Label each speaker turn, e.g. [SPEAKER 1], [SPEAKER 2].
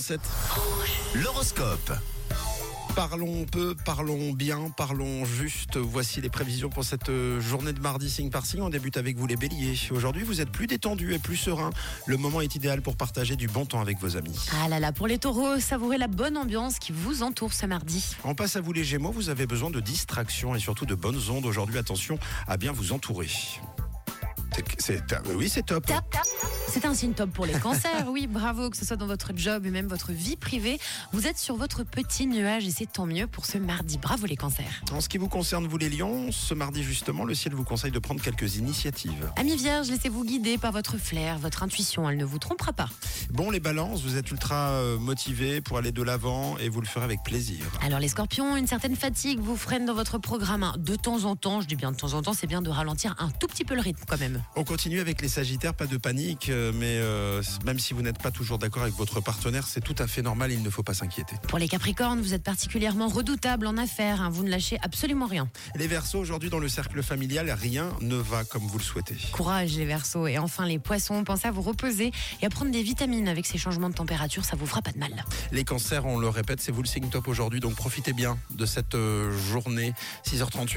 [SPEAKER 1] 7. L'horoscope. Parlons peu, parlons bien, parlons juste. Voici les prévisions pour cette euh, journée de mardi signe par signe. On débute avec vous les béliers. Aujourd'hui, vous êtes plus détendu et plus serein. Le moment est idéal pour partager du bon temps avec vos amis.
[SPEAKER 2] Ah là là, pour les taureaux, savourez la bonne ambiance qui vous entoure ce mardi.
[SPEAKER 1] On passe à vous les gémeaux. Vous avez besoin de distractions et surtout de bonnes ondes. Aujourd'hui, attention à bien vous entourer. C'est- c'est- euh, oui, c'est top.
[SPEAKER 2] Tap, tap. C'est un signe top pour les cancers, oui, bravo, que ce soit dans votre job et même votre vie privée. Vous êtes sur votre petit nuage et c'est tant mieux pour ce mardi. Bravo les cancers.
[SPEAKER 1] En ce qui vous concerne, vous les lions, ce mardi justement, le ciel vous conseille de prendre quelques initiatives.
[SPEAKER 2] Amis vierges, laissez-vous guider par votre flair, votre intuition, elle ne vous trompera pas.
[SPEAKER 1] Bon, les balances, vous êtes ultra euh, motivés pour aller de l'avant et vous le ferez avec plaisir.
[SPEAKER 2] Alors les scorpions, une certaine fatigue vous freine dans votre programme. Hein, De temps en temps, je dis bien de temps en temps, c'est bien de ralentir un tout petit peu le rythme quand même.
[SPEAKER 1] On continue avec les sagittaires, pas de panique, euh, mais euh, même si vous n'êtes pas toujours d'accord avec votre partenaire, c'est tout à fait normal, il ne faut pas s'inquiéter.
[SPEAKER 2] Pour les capricornes, vous êtes particulièrement redoutable en affaires, hein, vous ne lâchez absolument rien.
[SPEAKER 1] Les versos, aujourd'hui dans le cercle familial, rien ne va comme vous le souhaitez.
[SPEAKER 2] Courage les versos et enfin les poissons, pensez à vous reposer et à prendre des vitamines avec ces changements de température, ça vous fera pas de mal.
[SPEAKER 1] Les cancers, on le répète, c'est vous le signe top aujourd'hui, donc profitez bien de cette euh, journée, 6h38.